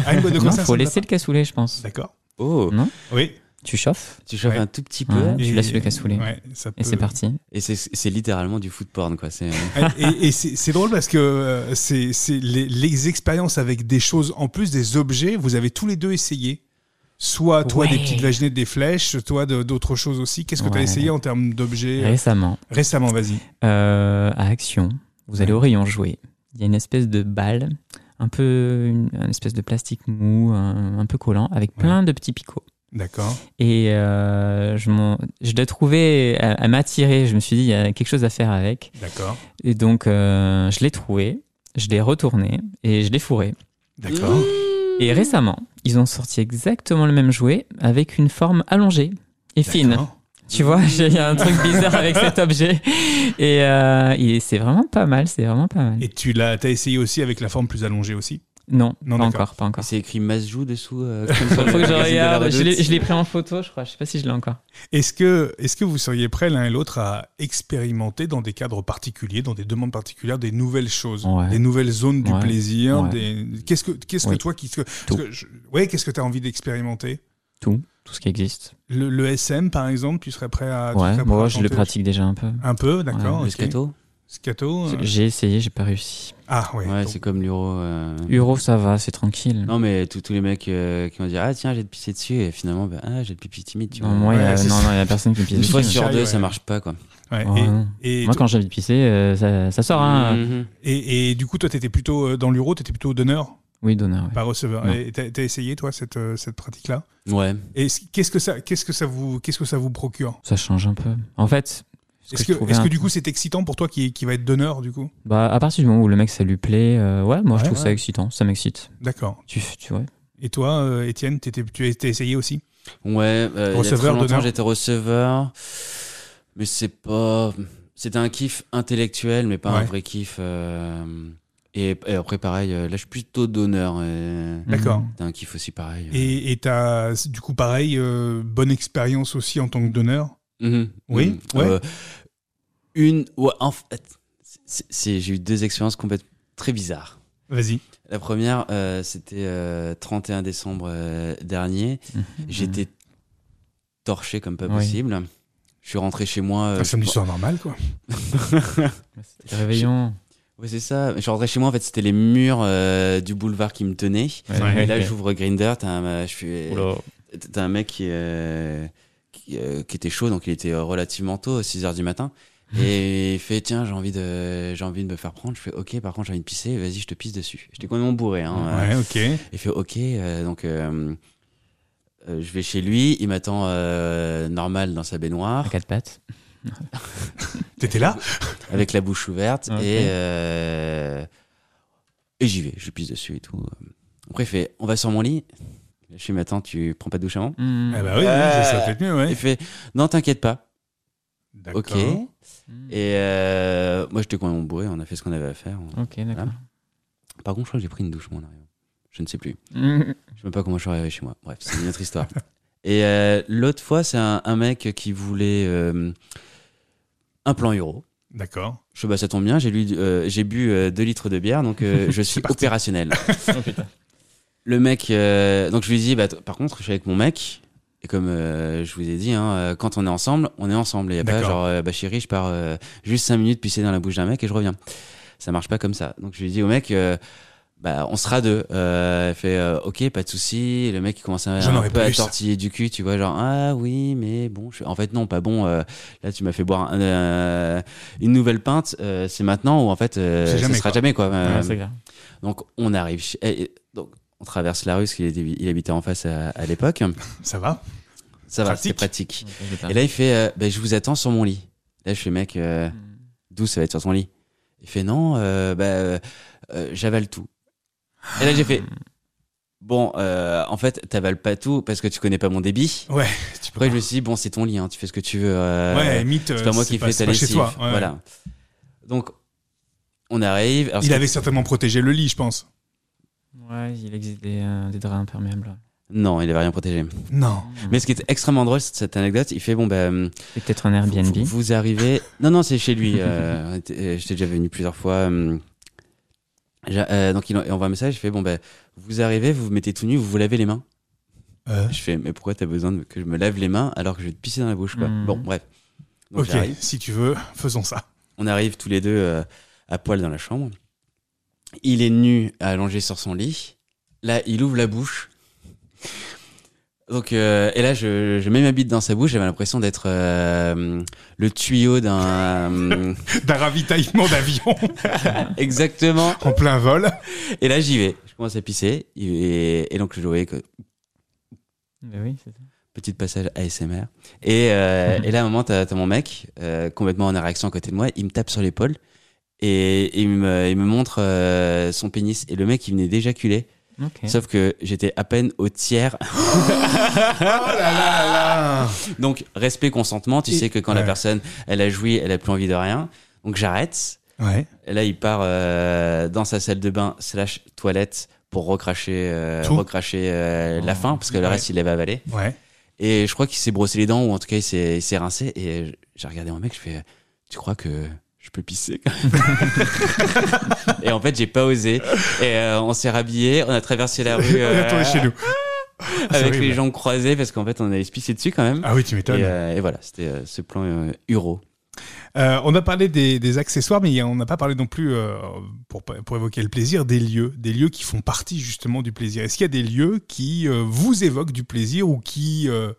[SPEAKER 1] Ah, une boîte de
[SPEAKER 2] Non,
[SPEAKER 1] conserve, ça
[SPEAKER 2] faut
[SPEAKER 1] me va
[SPEAKER 2] laisser
[SPEAKER 1] pas.
[SPEAKER 2] le cassoulet, je pense.
[SPEAKER 1] D'accord.
[SPEAKER 3] Oh,
[SPEAKER 2] Non
[SPEAKER 1] Oui.
[SPEAKER 2] Tu chauffes,
[SPEAKER 3] tu chauffes
[SPEAKER 1] Ouais.
[SPEAKER 3] un tout petit peu.
[SPEAKER 2] Ouais. Tu
[SPEAKER 1] Et-
[SPEAKER 2] laisses le cassoulet.
[SPEAKER 1] Ouais, ça
[SPEAKER 2] et
[SPEAKER 1] peut-
[SPEAKER 2] c'est parti.
[SPEAKER 3] Et c'est- c'est littéralement du foot porn, quoi. C'est euh,
[SPEAKER 1] Ah, et et c'est c'est drôle parce que euh, c'est c'est les, les expériences avec des choses en plus des objets, vous avez tous les deux essayé. Soit toi
[SPEAKER 2] Ouais.
[SPEAKER 1] des petites vaginettes, des flèches, toi de- d'autres choses aussi. Qu'est-ce que tu as
[SPEAKER 2] Ouais.
[SPEAKER 1] essayé en termes d'objets euh,
[SPEAKER 2] Récemment,
[SPEAKER 1] récemment Vas-y.
[SPEAKER 2] euh, à Action, vous allez au rayon jouer. Il y a une espèce de balle, un peu une, un espèce de plastique mou, un, un peu collant, avec plein de petits picots.
[SPEAKER 1] D'accord.
[SPEAKER 2] Et euh, je, m'en- je l'ai trouvé à, à m'attirer. Je me suis dit, il y a quelque chose à faire avec.
[SPEAKER 1] D'accord.
[SPEAKER 2] Et donc, euh, je l'ai trouvé, je l'ai retourné et je l'ai fourré.
[SPEAKER 1] D'accord.
[SPEAKER 2] Et récemment, ils ont sorti exactement le même jouet avec une forme allongée et fine.
[SPEAKER 1] D'accord.
[SPEAKER 2] Tu vois, il y a un truc bizarre avec cet objet. Et, euh, et c'est vraiment pas mal, c'est vraiment pas mal.
[SPEAKER 1] Et tu l'as, as essayé aussi avec la forme plus allongée aussi.
[SPEAKER 2] Non,
[SPEAKER 1] Non, d'accord.
[SPEAKER 2] pas encore, pas encore.
[SPEAKER 3] C'est écrit Masjou dessous. euh,
[SPEAKER 2] Faut
[SPEAKER 3] comme sur
[SPEAKER 2] que
[SPEAKER 3] le
[SPEAKER 2] je
[SPEAKER 3] magazine de la
[SPEAKER 2] regarde. Je
[SPEAKER 3] redoute.
[SPEAKER 2] l'ai- je l'ai pris en photo, je crois. Je sais pas si je l'ai encore.
[SPEAKER 1] Est-ce que, est que vous seriez prêts l'un et l'autre à expérimenter dans des cadres particuliers, dans des demandes particulières, des nouvelles choses,
[SPEAKER 2] Ouais.
[SPEAKER 1] des nouvelles zones du
[SPEAKER 2] Ouais.
[SPEAKER 1] plaisir
[SPEAKER 2] Ouais.
[SPEAKER 1] des... Qu'est-ce que, qu'est-ce que
[SPEAKER 2] Oui.
[SPEAKER 1] toi, qui, parce que je- ouais, qu'est-ce que tu as envie d'expérimenter
[SPEAKER 2] Tout, tout ce qui existe.
[SPEAKER 1] le, le SM, par exemple, tu serais prêt à. tu
[SPEAKER 2] ouais,
[SPEAKER 1] serais prêt
[SPEAKER 2] moi
[SPEAKER 1] à
[SPEAKER 2] je le
[SPEAKER 1] tenter
[SPEAKER 2] pratique déjà un peu.
[SPEAKER 1] Un peu, d'accord.
[SPEAKER 3] Le
[SPEAKER 1] ok.
[SPEAKER 3] scato
[SPEAKER 1] Scato, euh,
[SPEAKER 2] J'ai essayé, j'ai pas réussi.
[SPEAKER 1] Ah, ouais.
[SPEAKER 3] Ouais,
[SPEAKER 1] donc-
[SPEAKER 3] c'est comme l'euro. euh,
[SPEAKER 2] Euro, ça va, c'est tranquille.
[SPEAKER 3] Non, mais tous tous les mecs euh, qui vont dire Ah, tiens, j'ai de pisser dessus. Et finalement, bah, ah, j'ai de pipi timide. Tu
[SPEAKER 2] Non,
[SPEAKER 3] vois.
[SPEAKER 2] moi, il y a-
[SPEAKER 1] Ouais, c'est
[SPEAKER 2] non,
[SPEAKER 1] ça.
[SPEAKER 2] non, il y a personne qui me
[SPEAKER 3] Une
[SPEAKER 2] pisse
[SPEAKER 1] Piscine,
[SPEAKER 3] fois
[SPEAKER 2] dessus.
[SPEAKER 3] sur
[SPEAKER 1] ouais.
[SPEAKER 3] deux, ça marche pas, quoi.
[SPEAKER 1] ouais,
[SPEAKER 2] Oh, non.
[SPEAKER 1] et, et,
[SPEAKER 2] Moi, quand j'ai envie de pisser, euh, ça, ça sort. Hein.
[SPEAKER 1] Mm.
[SPEAKER 3] Mhm.
[SPEAKER 1] et- et du coup, toi, t'étais plutôt euh, dans l'euro, t'étais plutôt donneur,
[SPEAKER 2] Oui, donneur. ouais.
[SPEAKER 1] pas receveur.
[SPEAKER 2] Non.
[SPEAKER 1] Et t'as t'as essayé, toi, cette, euh, cette pratique-là
[SPEAKER 3] Ouais.
[SPEAKER 1] Et c- qu'est-ce que ça, qu'est-ce que ça vous, qu'est-ce que ça vous procure
[SPEAKER 2] Ça change un peu. En fait, ce
[SPEAKER 1] Est-ce
[SPEAKER 2] que
[SPEAKER 1] que,
[SPEAKER 2] je trouvais
[SPEAKER 1] est-ce que
[SPEAKER 2] un-
[SPEAKER 1] du coup c'est excitant pour toi qui, qui va être donneur du coup
[SPEAKER 2] bah, à partir du moment où le mec ça lui plaît, euh, ouais, moi je
[SPEAKER 1] Ouais,
[SPEAKER 2] trouve ça
[SPEAKER 1] ouais.
[SPEAKER 2] excitant, ça m'excite.
[SPEAKER 1] D'accord.
[SPEAKER 2] Tu, tu vois.
[SPEAKER 1] Et toi, euh, Étienne, t'étais- tu as t'as essayé aussi
[SPEAKER 3] Ouais, euh, il y a très
[SPEAKER 1] Receveur,
[SPEAKER 3] longtemps
[SPEAKER 1] donneur.
[SPEAKER 3] j'étais receveur, mais c'est pas. C'était un kiff intellectuel, mais pas un
[SPEAKER 1] Ouais.
[SPEAKER 3] vrai kiff. euh, Et, et après, pareil, euh, là, je suis plutôt donneur. et
[SPEAKER 1] D'accord.
[SPEAKER 2] Mhm.
[SPEAKER 3] C'était un kiff aussi pareil.
[SPEAKER 1] Et et t'as du coup pareil, euh, bonne expérience aussi en tant que donneur.
[SPEAKER 3] Mhm.
[SPEAKER 1] Oui,
[SPEAKER 3] Mhm.
[SPEAKER 1] ouais.
[SPEAKER 3] une. ouais, en fait, c'est- c'est- j'ai eu deux expériences complètement très bizarres.
[SPEAKER 1] Vas-y.
[SPEAKER 3] La première, euh, c'était euh, 31 décembre euh, dernier.
[SPEAKER 1] Mhm.
[SPEAKER 3] J'étais torché comme pas
[SPEAKER 2] Oui.
[SPEAKER 3] possible. Je suis rentré chez moi. euh,
[SPEAKER 1] Un samedi
[SPEAKER 3] je-
[SPEAKER 1] soir normal quoi.
[SPEAKER 2] Bah, C'était réveillant.
[SPEAKER 3] Ouais, c'est ça. Je suis rentré chez moi, en fait, c'était les murs euh, du boulevard qui me tenaient.
[SPEAKER 1] Ouais,
[SPEAKER 3] Et là,
[SPEAKER 2] ok.
[SPEAKER 3] j'ouvre Grinder, t'as un, euh, je suis-
[SPEAKER 2] Oula.
[SPEAKER 3] t'as un mec qui, euh, qui, euh, qui était chaud, donc il était euh, relativement tôt, 6 heures du matin. Et il fait, tiens, j'ai envie, de, j'ai envie de me faire prendre. Je fais, ok, par contre, j'ai envie de pisser, vas-y, je te pisse dessus. J'étais complètement bourré. Hein,
[SPEAKER 1] Ouais, ok.
[SPEAKER 3] il fait OK, euh, donc euh, euh, je vais chez lui, il m'attend euh, normal dans sa
[SPEAKER 2] À
[SPEAKER 3] baignoire,
[SPEAKER 2] quatre pattes.
[SPEAKER 1] T'étais là
[SPEAKER 3] avec la bouche ouverte,
[SPEAKER 2] Ok.
[SPEAKER 3] et, euh, et j'y vais, je pisse dessus et tout. Après, il fait On va sur mon lit. Je suis Attends, tu prends pas de douche avant
[SPEAKER 2] Mhm.
[SPEAKER 1] Ah bah oui, oui,
[SPEAKER 3] Ouais.
[SPEAKER 1] ça peut être mieux, ouais.
[SPEAKER 3] Il fait Non, t'inquiète pas.
[SPEAKER 1] D'accord.
[SPEAKER 3] OK.
[SPEAKER 1] Eh ben.
[SPEAKER 3] Et euh, moi, j'étais complètement bourré, on a fait ce qu'on avait à faire.
[SPEAKER 2] Ok, d'accord.
[SPEAKER 3] Par contre, je crois que j'ai pris une douche, moi, en arrivant. Je ne sais plus.
[SPEAKER 2] Mhm.
[SPEAKER 3] Je sais même pas comment je suis arrivé chez moi. Bref, c'est une autre histoire. Et euh, l'autre fois, c'est un, un mec qui voulait euh, un plan euro.
[SPEAKER 1] D'accord.
[SPEAKER 3] Je sais pas, ça tombe bien, j'ai lu, euh, j'ai bu 2 litres de bière, donc euh, je suis
[SPEAKER 1] parti.
[SPEAKER 3] opérationnel.
[SPEAKER 2] Oh, putain.
[SPEAKER 3] Le mec, euh, donc je lui dis, bah, t- par contre, je suis avec mon mec, et comme euh, je vous ai dit, hein, euh, quand on est ensemble, on est ensemble. Et y a pas
[SPEAKER 1] D'accord.
[SPEAKER 3] genre, euh, bah chérie, je pars euh, juste 5 minutes pisser dans la bouche d'un mec et je reviens. Ça marche pas comme ça. Donc je lui dis au mec, euh, bah, on sera deux. Euh, il fait, euh, ok, pas de souci. Et Le mec, il commence à,
[SPEAKER 1] J'en
[SPEAKER 3] un
[SPEAKER 1] aurais
[SPEAKER 3] peu à
[SPEAKER 1] plus.
[SPEAKER 3] tortiller du cul, tu vois, genre, ah oui, mais bon, je... en fait, non, pas bon. euh, là, tu m'as fait boire un- euh, une nouvelle pinte, euh, c'est maintenant ou en fait, euh,
[SPEAKER 1] C'est
[SPEAKER 3] ça
[SPEAKER 1] jamais,
[SPEAKER 3] sera
[SPEAKER 1] quoi.
[SPEAKER 3] jamais, quoi. Euh,
[SPEAKER 2] Ouais, Ah, c'est clair.
[SPEAKER 3] donc on arrive, chez- et- et- donc on traverse la rue parce qu'il était- il habitait en face à, à l'époque.
[SPEAKER 1] Ça va
[SPEAKER 3] Ça va,
[SPEAKER 1] Pratique.
[SPEAKER 3] c'est pratique.
[SPEAKER 2] Ok, je vais
[SPEAKER 3] Euh, Et là il fait, euh, Ben, je vous attends sur mon lit. Là je fais mec, euh,
[SPEAKER 2] pas- Mhm.
[SPEAKER 3] d'où ça va être sur ton lit Il fait non, euh, bah, euh, euh, j'avale tout. Et là j'ai fait, bon, euh, en fait t'avales pas tout parce que tu connais pas mon débit.
[SPEAKER 1] Ouais. Tu peux
[SPEAKER 3] Après je
[SPEAKER 1] pas.
[SPEAKER 3] me suis dit bon c'est ton lit, hein, tu fais ce que tu veux. euh,
[SPEAKER 1] ouais, mythe.
[SPEAKER 3] c'est pas moi qui fais ta
[SPEAKER 1] c'est pas chez
[SPEAKER 3] lessive.
[SPEAKER 1] toi. ouais.
[SPEAKER 3] Voilà. Donc on arrive. Alors,
[SPEAKER 1] Il
[SPEAKER 3] ce
[SPEAKER 1] avait certainement protégé le lit, je pense.
[SPEAKER 2] Ouais, il existe des, euh, des draps imperméables.
[SPEAKER 3] qui- Non, il avait rien protégé.
[SPEAKER 1] Non.
[SPEAKER 3] Mais ce qui est extrêmement drôle, c'est cette anecdote. Il fait bon, ben,
[SPEAKER 2] C'est peut-être un Airbnb.
[SPEAKER 3] vous, vous arrivez. Non, non, c'est chez lui. euh, on était- euh, J'étais déjà venu plusieurs fois. euh, j'a- euh, donc il en- il envoie un message. Il fait bon, ben, vous arrivez, vous vous mettez tout nu, vous vous lavez les mains.
[SPEAKER 1] Euh,
[SPEAKER 3] Je fais, mais pourquoi t'as besoin de- que je me lave les mains alors que je vais te pisser dans la bouche, quoi.
[SPEAKER 2] Mhm.
[SPEAKER 3] Bon, bref. Donc
[SPEAKER 1] ok,
[SPEAKER 3] j'arrive.
[SPEAKER 1] si tu veux, faisons ça.
[SPEAKER 3] On arrive tous les deux euh, à poil dans la chambre. Il est nu, allongé sur son lit. Là, il ouvre la bouche. Donc, euh, et là, je, je mets ma bite dans sa bouche. J'avais l'impression d'être euh, le tuyau d'un. euh,
[SPEAKER 1] D'un ravitaillement d'avion
[SPEAKER 3] exactement.
[SPEAKER 1] en plein vol.
[SPEAKER 3] Et là, j'y vais. Je commence à pisser. Et, et donc, je voyais que.
[SPEAKER 2] Mais Ben oui, c'est ça.
[SPEAKER 3] Petit passage ASMR. Et,
[SPEAKER 1] Mhm.
[SPEAKER 3] euh, et là, à un moment, t'as t'as mon mec, euh, complètement en réaction à côté de moi. Il me tape sur l'épaule. Et il me, il me montre euh, son pénis. Et le mec, il venait d'éjaculer.
[SPEAKER 2] Ok.
[SPEAKER 3] Sauf que j'étais à peine au tiers.
[SPEAKER 1] Oh là là là
[SPEAKER 3] Donc, respect, consentement. Tu
[SPEAKER 1] Et-
[SPEAKER 3] sais que quand la
[SPEAKER 1] Ouais.
[SPEAKER 3] personne, elle a joui, elle a plus envie de rien. Donc, j'arrête.
[SPEAKER 1] Ouais.
[SPEAKER 3] Et là, il part euh, dans sa salle de bain slash toilette pour recracher, euh,
[SPEAKER 1] Tout.
[SPEAKER 3] recracher euh, la
[SPEAKER 2] Oh.
[SPEAKER 3] fin, parce que le
[SPEAKER 1] Ouais.
[SPEAKER 3] reste, il l'avait avalé.
[SPEAKER 1] Ouais.
[SPEAKER 3] Et je crois qu'il s'est brossé les dents, ou en tout cas, il s'est il s'est rincé. Et je- j'ai regardé mon mec, je fais Tu crois que je peux pisser quand même Et en fait, j'ai pas osé. Et euh, on s'est rhabillé, on a traversé
[SPEAKER 2] Ah
[SPEAKER 3] la rue
[SPEAKER 2] euh,
[SPEAKER 3] euh,
[SPEAKER 1] On est retourné chez nous. C'est
[SPEAKER 3] avec les
[SPEAKER 1] horrible.
[SPEAKER 3] jambes croisées, parce qu'en fait, on allait se pisser dessus quand même.
[SPEAKER 1] Ah oui, tu
[SPEAKER 3] et,
[SPEAKER 1] m'étonnes.
[SPEAKER 3] euh, et voilà, c'était euh, ce plan euh, Uro.
[SPEAKER 1] Euh, on a parlé des, des accessoires, mais on n'a pas parlé non plus, euh, pour, pour évoquer le plaisir, des lieux, des lieux qui font partie justement du plaisir. Est-ce qu'il y a des lieux qui euh, vous évoquent du plaisir ou qui euh,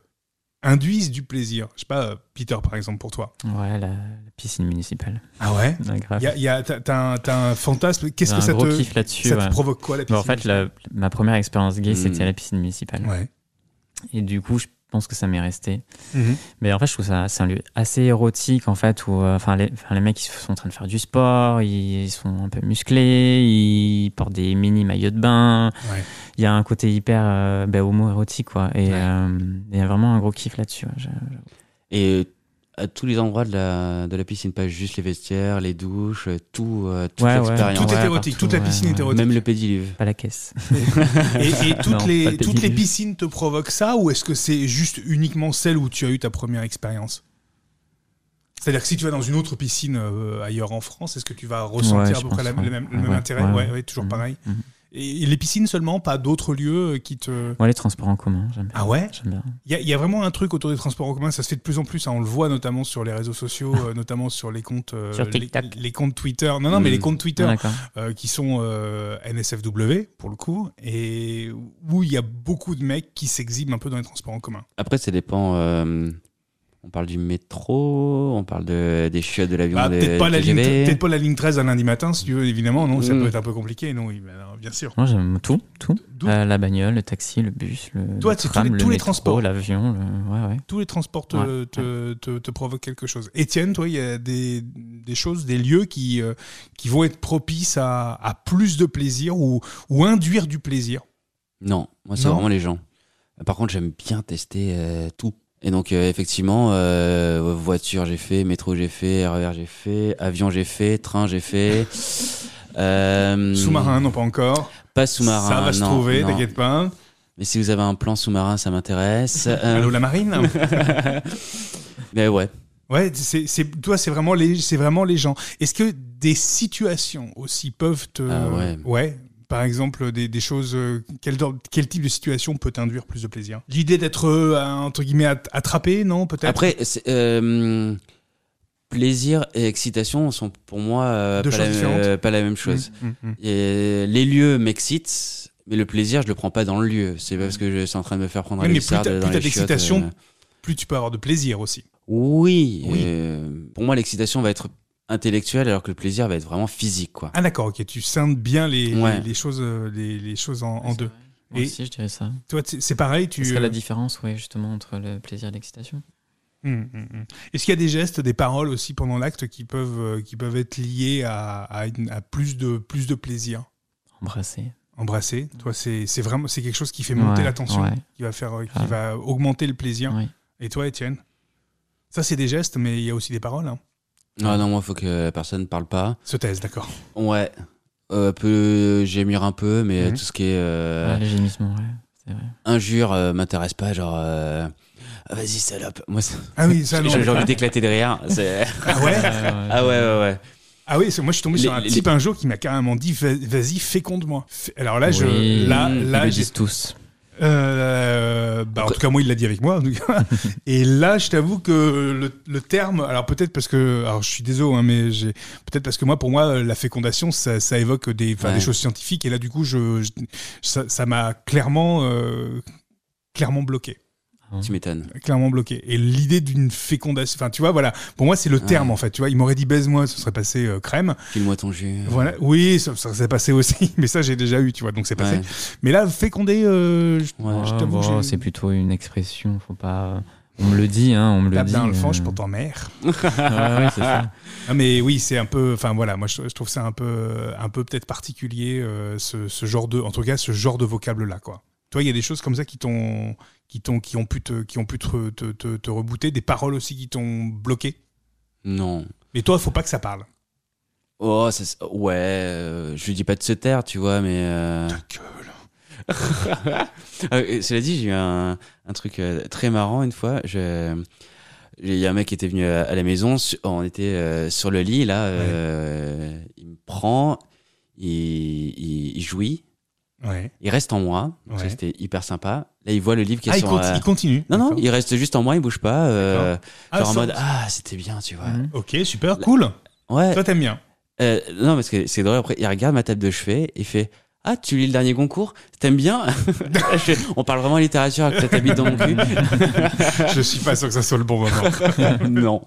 [SPEAKER 1] induisent du plaisir Je sais pas, euh, Peter par exemple pour toi.
[SPEAKER 2] Ouais, la, la piscine municipale.
[SPEAKER 1] Ah ouais
[SPEAKER 2] Ouais, grave.
[SPEAKER 1] y a, y a- T'as t'as un, t'as un fantasme, qu'est-ce
[SPEAKER 2] J'ai
[SPEAKER 1] que
[SPEAKER 2] un
[SPEAKER 1] ça,
[SPEAKER 2] gros
[SPEAKER 1] te,
[SPEAKER 2] kiff là-dessus.
[SPEAKER 1] ça
[SPEAKER 2] ouais.
[SPEAKER 1] te provoque quoi la
[SPEAKER 2] Bah,
[SPEAKER 1] piscine
[SPEAKER 2] en fait, la- ma première expérience gay,
[SPEAKER 3] Mm.
[SPEAKER 2] c'était à la piscine municipale.
[SPEAKER 1] Ouais.
[SPEAKER 2] Et du coup, je pense que ça m'est resté.
[SPEAKER 1] Mhm.
[SPEAKER 2] Mais en fait, je trouve ça c'est un lieu assez érotique en fait où euh, enfin les enfin, les mecs ils sont en train de faire du sport, ils sont un peu musclés, ils portent des mini maillots de bain.
[SPEAKER 1] Ouais.
[SPEAKER 2] Il y a un côté hyper euh, ben, homo érotique quoi et
[SPEAKER 3] Ouais.
[SPEAKER 2] euh, il y a vraiment un gros kiff là-dessus. ouais. Je-
[SPEAKER 3] Et euh, à tous les endroits de la, de la piscine, pas juste les vestiaires, les douches, euh, tout, euh, toute
[SPEAKER 2] Ouais, ouais.
[SPEAKER 3] l'expérience.
[SPEAKER 1] Tout est
[SPEAKER 2] Ouais,
[SPEAKER 1] érotique,
[SPEAKER 2] partout,
[SPEAKER 1] toute la
[SPEAKER 2] ouais,
[SPEAKER 1] piscine est
[SPEAKER 2] ouais.
[SPEAKER 1] érotique.
[SPEAKER 3] Même le pédiluve.
[SPEAKER 2] Pas la caisse.
[SPEAKER 1] Et, et toutes,
[SPEAKER 2] Non, pas
[SPEAKER 1] les,
[SPEAKER 2] le
[SPEAKER 1] toutes les
[SPEAKER 2] pédiluve.
[SPEAKER 1] piscines te provoquent ça ou est-ce que c'est juste uniquement celle où tu as eu ta première expérience C'est-à-dire que si tu vas dans une autre piscine euh, ailleurs en France, est-ce que tu vas
[SPEAKER 2] Ouais,
[SPEAKER 1] ressentir à
[SPEAKER 2] je
[SPEAKER 1] peu près la-
[SPEAKER 2] pense,
[SPEAKER 1] le même, le
[SPEAKER 2] ouais.
[SPEAKER 1] même
[SPEAKER 2] Ouais,
[SPEAKER 1] intérêt
[SPEAKER 2] ouais,
[SPEAKER 1] ouais,
[SPEAKER 2] ouais.
[SPEAKER 1] ouais, toujours
[SPEAKER 2] Mhm,
[SPEAKER 1] pareil.
[SPEAKER 2] mhm.
[SPEAKER 1] Et, et les piscines seulement, pas d'autres lieux euh, qui te...
[SPEAKER 2] Moi les transports en commun, j'aime bien.
[SPEAKER 1] Ah ouais
[SPEAKER 2] J'aime bien.
[SPEAKER 1] Il y, a- il y a vraiment un truc autour des transports en commun, ça se fait de plus en plus, hein, on le voit notamment sur les réseaux sociaux, euh, notamment sur les comptes... euh,
[SPEAKER 2] Sur
[SPEAKER 1] les-
[SPEAKER 2] TikTok.
[SPEAKER 1] Les, comptes Twitter. Non, non, mais
[SPEAKER 3] Mhm.
[SPEAKER 1] les comptes Twitter
[SPEAKER 2] Ah, d'accord.
[SPEAKER 1] euh, qui sont euh, NSFW pour le coup, et où il y a beaucoup de mecs qui s'exhibent un peu dans les transports en commun.
[SPEAKER 3] Après, ça dépend. euh, on parle du métro, on parle de, des chiottes de l'avion,
[SPEAKER 1] Bah,
[SPEAKER 3] des
[SPEAKER 1] peut-être pas, la ligne-
[SPEAKER 3] TGV.
[SPEAKER 1] peut-être pas la ligne 13 un lundi matin, si tu veux, évidemment, non, ça
[SPEAKER 3] Mm.
[SPEAKER 1] peut être un peu compliqué, non, oui, bah, non, bien sûr.
[SPEAKER 2] Moi j'aime tout, tout.
[SPEAKER 1] D'où
[SPEAKER 2] Euh, la bagnole, le taxi, le bus, le,
[SPEAKER 1] Toi,
[SPEAKER 2] le
[SPEAKER 1] c'est tous les-
[SPEAKER 2] tram,
[SPEAKER 1] tous
[SPEAKER 2] le
[SPEAKER 1] les
[SPEAKER 2] métro,
[SPEAKER 1] transports.
[SPEAKER 2] l'avion, le- ouais ouais.
[SPEAKER 1] tous les transports te,
[SPEAKER 2] Ouais.
[SPEAKER 1] te, te- te provoquent quelque chose. Étienne, toi, il y a des, des choses, des lieux qui, euh, qui vont être propices à, à plus de plaisir ou, ou induire du plaisir.
[SPEAKER 3] Non, moi, c'est
[SPEAKER 1] Non.
[SPEAKER 3] vraiment les gens. Par contre, j'aime bien tester euh, tout. Et donc, euh, effectivement, euh, voiture, j'ai fait, métro, j'ai fait, RER, j'ai fait, avion, j'ai fait, train, j'ai fait. Euh,
[SPEAKER 1] Sous-marin, non pas encore.
[SPEAKER 3] Pas sous-marin.
[SPEAKER 1] ça va se
[SPEAKER 3] non,
[SPEAKER 1] trouver,
[SPEAKER 3] non.
[SPEAKER 1] t'inquiète pas.
[SPEAKER 3] Mais si vous avez un plan sous-marin, ça m'intéresse. Euh,
[SPEAKER 1] Allô la marine
[SPEAKER 3] mais ouais.
[SPEAKER 1] Ouais, c'est, c'est, toi, c'est vraiment les, c'est vraiment les gens. Est-ce que des situations aussi peuvent te,
[SPEAKER 3] Ah ouais.
[SPEAKER 1] par exemple, des, des choses, euh, quel, genre- quel type de situation peut t'induire plus de plaisir L'idée d'être euh, à- entre guillemets at- attrapé, non Peut-être.
[SPEAKER 3] Après, c'est, euh, plaisir et excitation sont pour moi euh,
[SPEAKER 1] Deux
[SPEAKER 3] pas,
[SPEAKER 1] choses
[SPEAKER 3] la,
[SPEAKER 1] différentes.
[SPEAKER 3] euh, pas la même
[SPEAKER 1] Mm,
[SPEAKER 3] chose.
[SPEAKER 1] mm, mm.
[SPEAKER 3] Et les lieux m'excitent, mais le plaisir, je le prends pas dans le lieu. C'est pas parce que je suis en train de me faire prendre
[SPEAKER 1] Oui,
[SPEAKER 3] un
[SPEAKER 1] mais
[SPEAKER 3] hussard
[SPEAKER 1] plus t'as-
[SPEAKER 3] dans
[SPEAKER 1] plus
[SPEAKER 3] les
[SPEAKER 1] t'as
[SPEAKER 3] chiottes,
[SPEAKER 1] d'excitation,
[SPEAKER 3] euh,
[SPEAKER 1] Plus tu peux avoir de plaisir aussi.
[SPEAKER 3] Oui.
[SPEAKER 1] Oui.
[SPEAKER 3] euh, pour moi, l'excitation va être intellectuelle, alors que le plaisir va être vraiment physique, quoi.
[SPEAKER 1] Ah d'accord, ok. Tu scindes bien les,
[SPEAKER 3] Ouais.
[SPEAKER 1] les, les choses, euh, les, les choses en, en deux.
[SPEAKER 2] Moi
[SPEAKER 1] Et-
[SPEAKER 2] aussi, je dirais ça.
[SPEAKER 1] Toi, t- c'est pareil. Tu.
[SPEAKER 2] Quelle serait la
[SPEAKER 1] euh,
[SPEAKER 2] différence, ouais, justement, entre le plaisir et l'excitation
[SPEAKER 1] Mm, mm, mm. Est-ce qu'il y a des gestes, des paroles aussi pendant l'acte qui peuvent, euh, qui peuvent être liés à, à une- à plus, de, plus de plaisir
[SPEAKER 2] Embrasser.
[SPEAKER 1] Embrasser, toi, c'est c'est vraiment c'est quelque chose qui fait monter
[SPEAKER 2] Ouais,
[SPEAKER 1] la tension,
[SPEAKER 2] ouais.
[SPEAKER 1] qui va faire, euh, qui
[SPEAKER 2] Ah.
[SPEAKER 1] va augmenter le plaisir.
[SPEAKER 2] Oui.
[SPEAKER 1] Et toi, Étienne, ça c'est des gestes, mais il y a aussi des paroles. Hein.
[SPEAKER 3] Non, non, moi, faut que la personne parle pas.
[SPEAKER 1] Se taise, d'accord.
[SPEAKER 3] Ouais. Euh, peu gémir un peu, mais
[SPEAKER 1] Mhm.
[SPEAKER 3] tout ce qui est euh,
[SPEAKER 2] Ah, les gémissements, ouais. C'est vrai.
[SPEAKER 3] injure euh, m'intéresse pas. Genre, euh, Ah, vas-y, salope. Moi, c'est-
[SPEAKER 1] Ah oui, ça non.
[SPEAKER 3] j'ai j'ai envie d'éclater de rire. C'est-
[SPEAKER 1] ah ouais.
[SPEAKER 3] Ah ouais, ouais, ouais.
[SPEAKER 1] Ah oui, c'est- moi je suis tombé sur
[SPEAKER 3] Les-
[SPEAKER 1] un
[SPEAKER 3] les-
[SPEAKER 1] type un jour qui m'a carrément dit va- vas-y féconde-moi. Fé- Alors là, je,
[SPEAKER 2] Oui,
[SPEAKER 1] là,
[SPEAKER 3] ils
[SPEAKER 1] là,
[SPEAKER 2] ils le
[SPEAKER 1] j'ai
[SPEAKER 2] disent tous.
[SPEAKER 1] Euh, bah, en tout cas, moi, il l'a dit avec moi. en tout cas. Et là, je t'avoue que le, le terme, alors peut-être parce que, alors je suis désolé, hein, mais j'ai peut-être parce que moi, pour moi, la fécondation, ça, ça évoque des, enfin,
[SPEAKER 3] Ouais.
[SPEAKER 1] des choses scientifiques. Et là, du coup, je, je- ça ça m'a clairement, euh, clairement bloqué,
[SPEAKER 3] Tu m'étonnes.
[SPEAKER 1] clairement bloqué. Et l'idée d'une fécondation, enfin, tu vois, voilà, pour moi, c'est le
[SPEAKER 3] Ouais.
[SPEAKER 1] terme en fait. Tu vois, il m'aurait dit baise-moi, ce serait passé euh, crème.
[SPEAKER 3] File-moi ton jus.
[SPEAKER 1] Voilà, oui, ça, ça s'est passé aussi, mais ça, j'ai déjà eu, tu vois, donc c'est passé.
[SPEAKER 3] Ouais.
[SPEAKER 1] Mais là, féconder, euh, je-
[SPEAKER 3] Ouais,
[SPEAKER 1] je
[SPEAKER 2] Ouais,
[SPEAKER 1] t'avoue, que
[SPEAKER 2] bon,
[SPEAKER 1] j'ai-
[SPEAKER 2] c'est plutôt une expression, faut pas. euh, On me le dit, hein, on me le
[SPEAKER 1] Tape
[SPEAKER 2] dit.
[SPEAKER 1] dans le
[SPEAKER 2] mais-
[SPEAKER 1] fange
[SPEAKER 3] euh.
[SPEAKER 1] pour ton mère.
[SPEAKER 2] Ouais, ouais, c'est ça.
[SPEAKER 1] Ah, mais oui, c'est un peu. Enfin voilà, moi je, je trouve ça un peu, un peu peut-être particulier euh, ce, ce genre de, en tout cas ce genre de vocable là quoi. Toi, il y a des choses comme ça qui t'ont, qui t'ont, qui ont pu te, qui ont pu te, te, te- te rebooter, des paroles aussi qui t'ont bloqué.
[SPEAKER 3] Non.
[SPEAKER 1] Mais toi, faut pas que ça parle.
[SPEAKER 3] Oh, ça, c'est- ouais. euh, je lui dis pas de se taire, tu vois, mais. euh,
[SPEAKER 1] gueule.
[SPEAKER 3] Euh, Cela dit, j'ai eu un, un truc euh, très marrant une fois. Je, il y a un mec qui était venu à, à la maison. su- On était euh, sur le lit là. euh, il me prend, il, il, il jouit,
[SPEAKER 1] Ouais.
[SPEAKER 3] il reste en moi. Donc ça,
[SPEAKER 1] Ouais.
[SPEAKER 3] C'était hyper sympa. Là, il voit le livre qui est
[SPEAKER 1] Ah, il,
[SPEAKER 3] sur.
[SPEAKER 1] conti-
[SPEAKER 3] euh,
[SPEAKER 1] il continue.
[SPEAKER 3] Non non,
[SPEAKER 1] D'accord.
[SPEAKER 3] il reste juste en moi, il bouge pas. euh,
[SPEAKER 1] Ah,
[SPEAKER 3] genre en
[SPEAKER 1] ça-
[SPEAKER 3] mode ah c'était bien tu vois.
[SPEAKER 2] Mhm.
[SPEAKER 1] Ok, super, cool.
[SPEAKER 3] Ouais.
[SPEAKER 1] Toi, t'aimes bien.
[SPEAKER 3] Euh, non, parce que c'est drôle. Après, il regarde ma table de chevet et fait Ah, tu lis le dernier concours T'aimes bien Je fais, On parle vraiment littérature avec ta t'habites dans mon cul
[SPEAKER 1] Je suis pas sûr que ça soit le bon moment.
[SPEAKER 3] Non.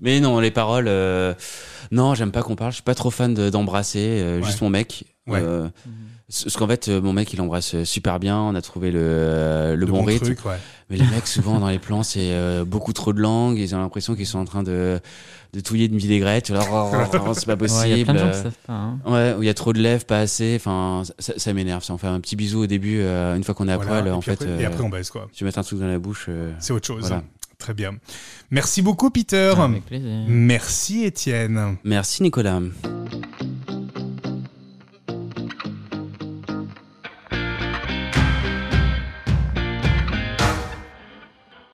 [SPEAKER 3] Mais non, les paroles. euh, Non, j'aime pas qu'on parle. Je suis pas trop fan de- d'embrasser euh,
[SPEAKER 1] Ouais.
[SPEAKER 3] juste mon mec.
[SPEAKER 1] Ouais. Mm-hmm.
[SPEAKER 3] Euh,
[SPEAKER 2] Mhm.
[SPEAKER 3] parce qu'en fait, euh, mon mec, il embrasse super bien. On a trouvé le, euh, le
[SPEAKER 1] De
[SPEAKER 3] bon
[SPEAKER 1] bons
[SPEAKER 3] rythme.
[SPEAKER 1] trucs, ouais.
[SPEAKER 3] Mais les mecs, souvent, dans les plans, c'est euh, beaucoup trop de langues. Ils ont l'impression qu'ils sont en train de, de touiller de vinaigrette. Alors, oh, c'est
[SPEAKER 2] Ouais,
[SPEAKER 3] pas
[SPEAKER 2] Il
[SPEAKER 3] possible.
[SPEAKER 2] y a plein de gens qui
[SPEAKER 3] Euh,
[SPEAKER 2] savent pas. hein.
[SPEAKER 3] Ouais, où il y a trop de lèvres, pas assez. Enfin, ça, ça m'énerve. Ça, on fait un petit bisou au début. euh, une fois qu'on est à
[SPEAKER 1] Voilà,
[SPEAKER 3] poil,
[SPEAKER 1] et
[SPEAKER 3] en
[SPEAKER 1] puis
[SPEAKER 3] fait,
[SPEAKER 1] après-
[SPEAKER 3] euh,
[SPEAKER 1] Et après, on baisse, quoi.
[SPEAKER 3] tu mets un truc dans la bouche. euh,
[SPEAKER 1] C'est autre chose.
[SPEAKER 3] Voilà. Ah,
[SPEAKER 1] Très bien. Merci beaucoup, Peter.
[SPEAKER 2] Avec plaisir.
[SPEAKER 1] Merci, Étienne.
[SPEAKER 3] Merci, Nicolas.